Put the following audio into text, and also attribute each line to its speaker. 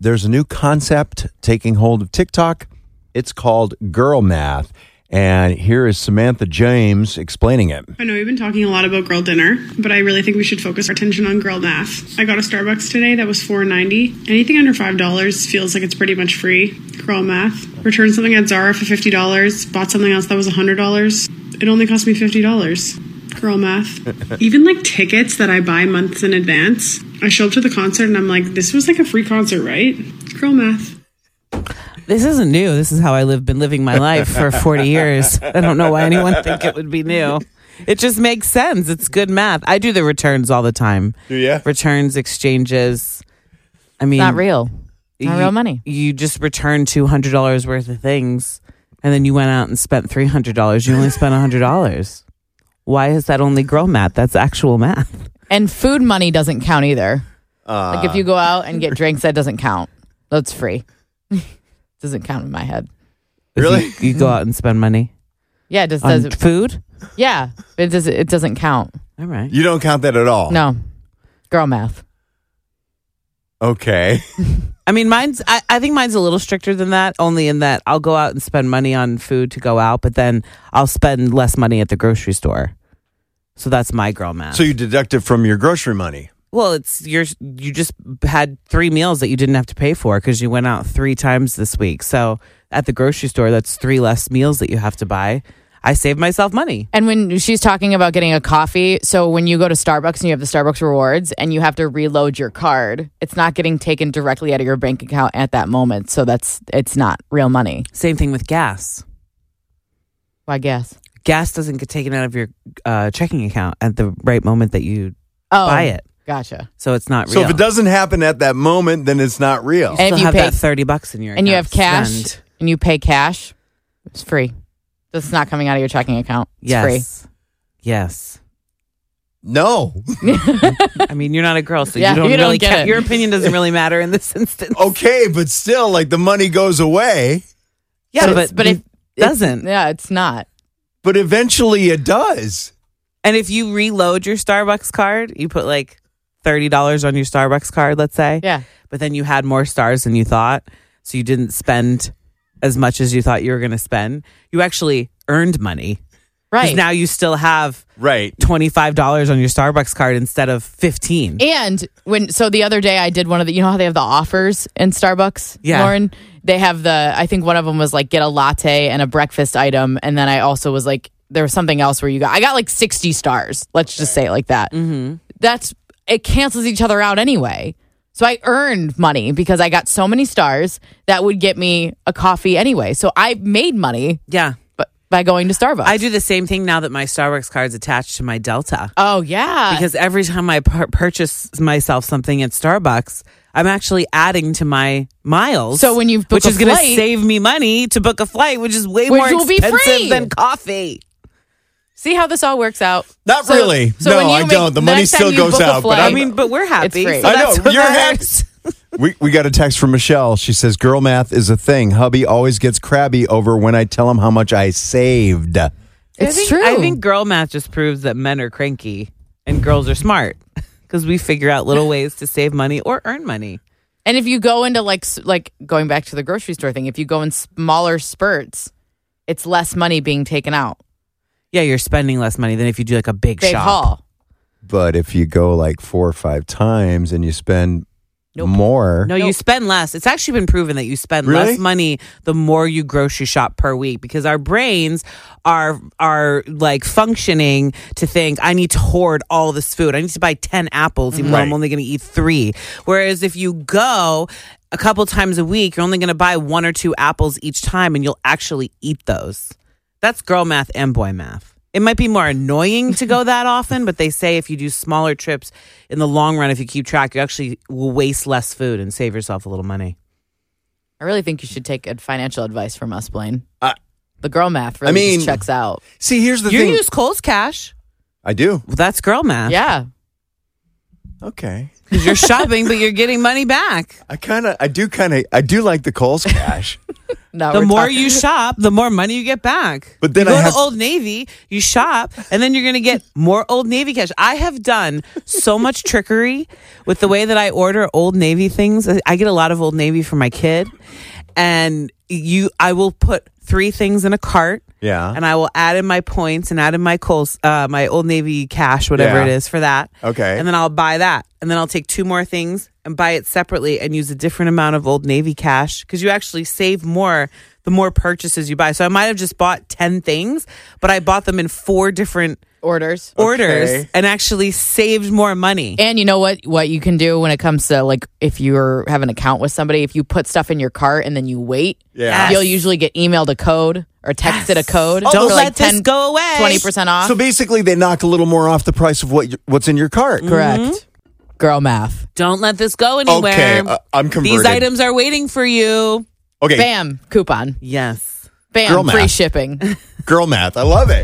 Speaker 1: there's a new concept taking hold of TikTok. It's called girl math. And here is Samantha James explaining it.
Speaker 2: I know we've been talking a lot about girl dinner, but I really think we should focus our attention on girl math. I got a Starbucks today that was four ninety. Anything under five dollars feels like it's pretty much free. Girl math. Returned something at Zara for fifty dollars. Bought something else that was hundred dollars. It only cost me fifty dollars. Girl math. Even like tickets that I buy months in advance. I show up to the concert and I'm like, this was like a free concert, right? Girl math.
Speaker 3: This isn't new. This is how I live been living my life for 40 years. I don't know why anyone think it would be new. It just makes sense. It's good math. I do the returns all the time.
Speaker 1: ya?
Speaker 3: Returns, exchanges. I mean,
Speaker 4: Not real. Not
Speaker 3: you-
Speaker 4: real money.
Speaker 3: You just returned $200 worth of things and then you went out and spent $300. You only spent $100. Why is that only girl math? That's actual math.
Speaker 4: And food money doesn't count either. like
Speaker 3: Uh.
Speaker 4: if you go out and get drinks, that doesn't count. That's free. doesn't count in my head.
Speaker 1: Really?
Speaker 3: You, you go out and spend money
Speaker 4: Yeah, it just
Speaker 3: on
Speaker 4: doesn't.
Speaker 3: food?
Speaker 4: Yeah, it does. It doesn't count.
Speaker 3: All right.
Speaker 1: You don't count that at all.
Speaker 4: No, girl math.
Speaker 1: Okay.
Speaker 3: I mean, mine's. I, I think mine's a little stricter than that. Only in that I'll go out and spend money on food to go out, but then I'll spend less money at the grocery store. So that's my girl math.
Speaker 1: So you deduct it from your grocery money.
Speaker 3: well, it's your. You just had three meals that you didn't have to pay for because you went out three times this week. So at the grocery store, that's three less meals that you have to buy. I saved myself money.
Speaker 4: And when she's talking about getting a coffee, so when you go to Starbucks and you have the Starbucks rewards and you have to reload your card, it's not getting taken directly out of your bank account at that moment. So that's it's not real money.
Speaker 3: Same thing with gas.
Speaker 4: Well, I guess.
Speaker 3: Gas doesn't get taken out of your uh, checking account at the right moment that you
Speaker 4: Oh,
Speaker 3: buy it.
Speaker 4: Gotcha.
Speaker 3: So it's not real.
Speaker 1: So if it doesn't happen at that moment, then it's not real.
Speaker 4: And
Speaker 3: Still
Speaker 4: if you
Speaker 3: have
Speaker 4: pay-
Speaker 3: that thirty bucks in your
Speaker 4: and you
Speaker 3: account
Speaker 4: have
Speaker 3: to
Speaker 4: cash
Speaker 3: spend.
Speaker 4: and you pay cash, it's free. That's not coming out of your checking account. It's free.
Speaker 3: Yes. Yes.
Speaker 1: No.
Speaker 3: I mean, you're not a girl, so
Speaker 4: Yeah,
Speaker 3: you don't
Speaker 4: you don't
Speaker 3: really
Speaker 4: get
Speaker 3: ca-
Speaker 4: it. Oh,
Speaker 3: Your opinion doesn't really matter in this instance.
Speaker 1: Okay, but still, like the money goes away,
Speaker 3: yeah,
Speaker 4: but
Speaker 3: but,
Speaker 4: it's- but
Speaker 3: it
Speaker 4: if-
Speaker 3: doesn't.
Speaker 4: Yeah, it's not.
Speaker 1: but eventually it does.
Speaker 3: and if you reload your Starbucks card, you put like thirty dollars on your Starbucks card, let's say.
Speaker 4: Yeah.
Speaker 3: But then you had more stars than you thought, so you didn't spend as much as you thought you were going to spend. You actually earned money. 'Cause
Speaker 4: Right.
Speaker 3: Now you still have
Speaker 1: Right.
Speaker 3: twenty five dollars on your Starbucks card instead of fifteen.
Speaker 4: And when so the other day I did one of the you know how they have the offers in Starbucks,
Speaker 3: Yeah.
Speaker 4: Lauren. They have the I think one of them was like get a latte and a breakfast item, and then I also was like there was something else where you got I got like sixty stars. Let's just say it like that. Mm-hmm. That's it cancels each other out anyway. So I earned money because I got so many stars that would get me a coffee anyway. So I made money,
Speaker 3: yeah.
Speaker 4: but by going to Starbucks.
Speaker 3: I do the same thing now that my Starbucks card's attached to my Delta.
Speaker 4: Oh yeah,
Speaker 3: because every time I pur- purchase myself something at Starbucks, I'm actually adding to my miles.
Speaker 4: So when you book
Speaker 3: which
Speaker 4: a
Speaker 3: is going to
Speaker 4: flight-
Speaker 3: save me money to book a flight, which is way
Speaker 4: Which
Speaker 3: more
Speaker 4: will be
Speaker 3: expensive
Speaker 4: free.
Speaker 3: than coffee.
Speaker 4: see how this all works out.
Speaker 1: Not
Speaker 4: So-
Speaker 1: really.
Speaker 4: so when
Speaker 1: no,
Speaker 4: you
Speaker 1: I
Speaker 4: make-
Speaker 1: don't. The money
Speaker 4: next time
Speaker 1: still
Speaker 4: you
Speaker 1: goes
Speaker 4: book a
Speaker 1: out. But
Speaker 4: flight-
Speaker 3: I
Speaker 1: I'm,
Speaker 3: mean, but we're happy.
Speaker 4: free.
Speaker 3: so
Speaker 4: I
Speaker 1: know,
Speaker 3: that's what
Speaker 1: you're
Speaker 3: matters.
Speaker 1: we, we got a text from Michelle. She says, Girl math is a thing. Hubby always gets crabby over when I tell him how much I saved.
Speaker 4: It's
Speaker 3: I think,
Speaker 4: true.
Speaker 3: I think girl math just proves that men are cranky and girls are smart because we figure out little ways to save money or earn money.
Speaker 4: And if you go into like s- like going back to the grocery store thing, if you go in smaller spurts, it's less money being taken out.
Speaker 3: Yeah, you're spending less money than if you do like a big,
Speaker 4: Big
Speaker 3: shop.
Speaker 4: haul.
Speaker 1: But if you go like four or five times and you spend more,
Speaker 3: No, you spend less. It's actually been proven that you spend
Speaker 1: Really?
Speaker 3: less money the more you grocery shop per week because our brains are are like functioning to think I need to hoard all this food. I need to buy 10 apples even though I'm
Speaker 1: Right.
Speaker 3: only going to eat 3. Whereas if you go a couple times a week, you're only going to buy one or two apples each time and you'll actually eat those. That's girl math and boy math. It might be more annoying to go that often, but they say if you do smaller trips in the long run, if you keep track, you actually will waste less food and save yourself a little money.
Speaker 4: I really think you should take good financial advice from us, Blaine.
Speaker 1: I-
Speaker 4: the girl math really
Speaker 1: I mean-
Speaker 4: just checks out.
Speaker 1: see, here's the
Speaker 3: You
Speaker 1: thing.
Speaker 3: use Kohl's cash.
Speaker 1: I do.
Speaker 3: Well, that's girl math.
Speaker 4: Yeah.
Speaker 1: Okay.
Speaker 3: 'Cause you're shopping, but you're getting money back.
Speaker 1: I kind of, I do kind of, I do like the Coles cash.
Speaker 4: No,
Speaker 3: The
Speaker 4: we're
Speaker 3: more
Speaker 4: talking-
Speaker 3: you shop, the more money you get back.
Speaker 1: But then
Speaker 3: you
Speaker 1: I
Speaker 3: go
Speaker 1: have-
Speaker 3: to Old Navy, you shop, and then you're gonna get more Old Navy cash. I have done so much trickery with the way that I order Old Navy things. I get a lot of Old Navy for my kid, and you, I will put three things in a cart.
Speaker 1: Yeah.
Speaker 3: and I will add in my points and add in my Kohl's, uh, my Old Navy cash, whatever
Speaker 1: Yeah.
Speaker 3: it is for that.
Speaker 1: Okay.
Speaker 3: and then I'll buy that, and then I'll take two more things and buy it separately and use a different amount of Old Navy cash because you actually save more the more purchases you buy. So I might have just bought ten things, but I bought them in four different
Speaker 4: orders.
Speaker 3: orders and actually saved more money.
Speaker 4: And you know what? What you can do when it comes to like if you have an account with somebody, if you put stuff in your cart and then you wait,
Speaker 1: Yeah.
Speaker 3: Yes.
Speaker 4: you'll usually get emailed a code or texted a code.
Speaker 3: Don't
Speaker 4: for,
Speaker 3: let this go away.
Speaker 4: 20% off.
Speaker 1: So basically, they knock a little more off the price of what you- what's in your cart.
Speaker 4: Correct. Girl math.
Speaker 3: Don't let this go anywhere.
Speaker 1: Okay, uh, I'm
Speaker 3: These
Speaker 1: converted.
Speaker 3: items are waiting for you.
Speaker 1: Okay,
Speaker 4: Bam. Coupon.
Speaker 3: Yes.
Speaker 4: Bam.
Speaker 1: Girl math.
Speaker 4: free shipping.
Speaker 1: girl math. I love it.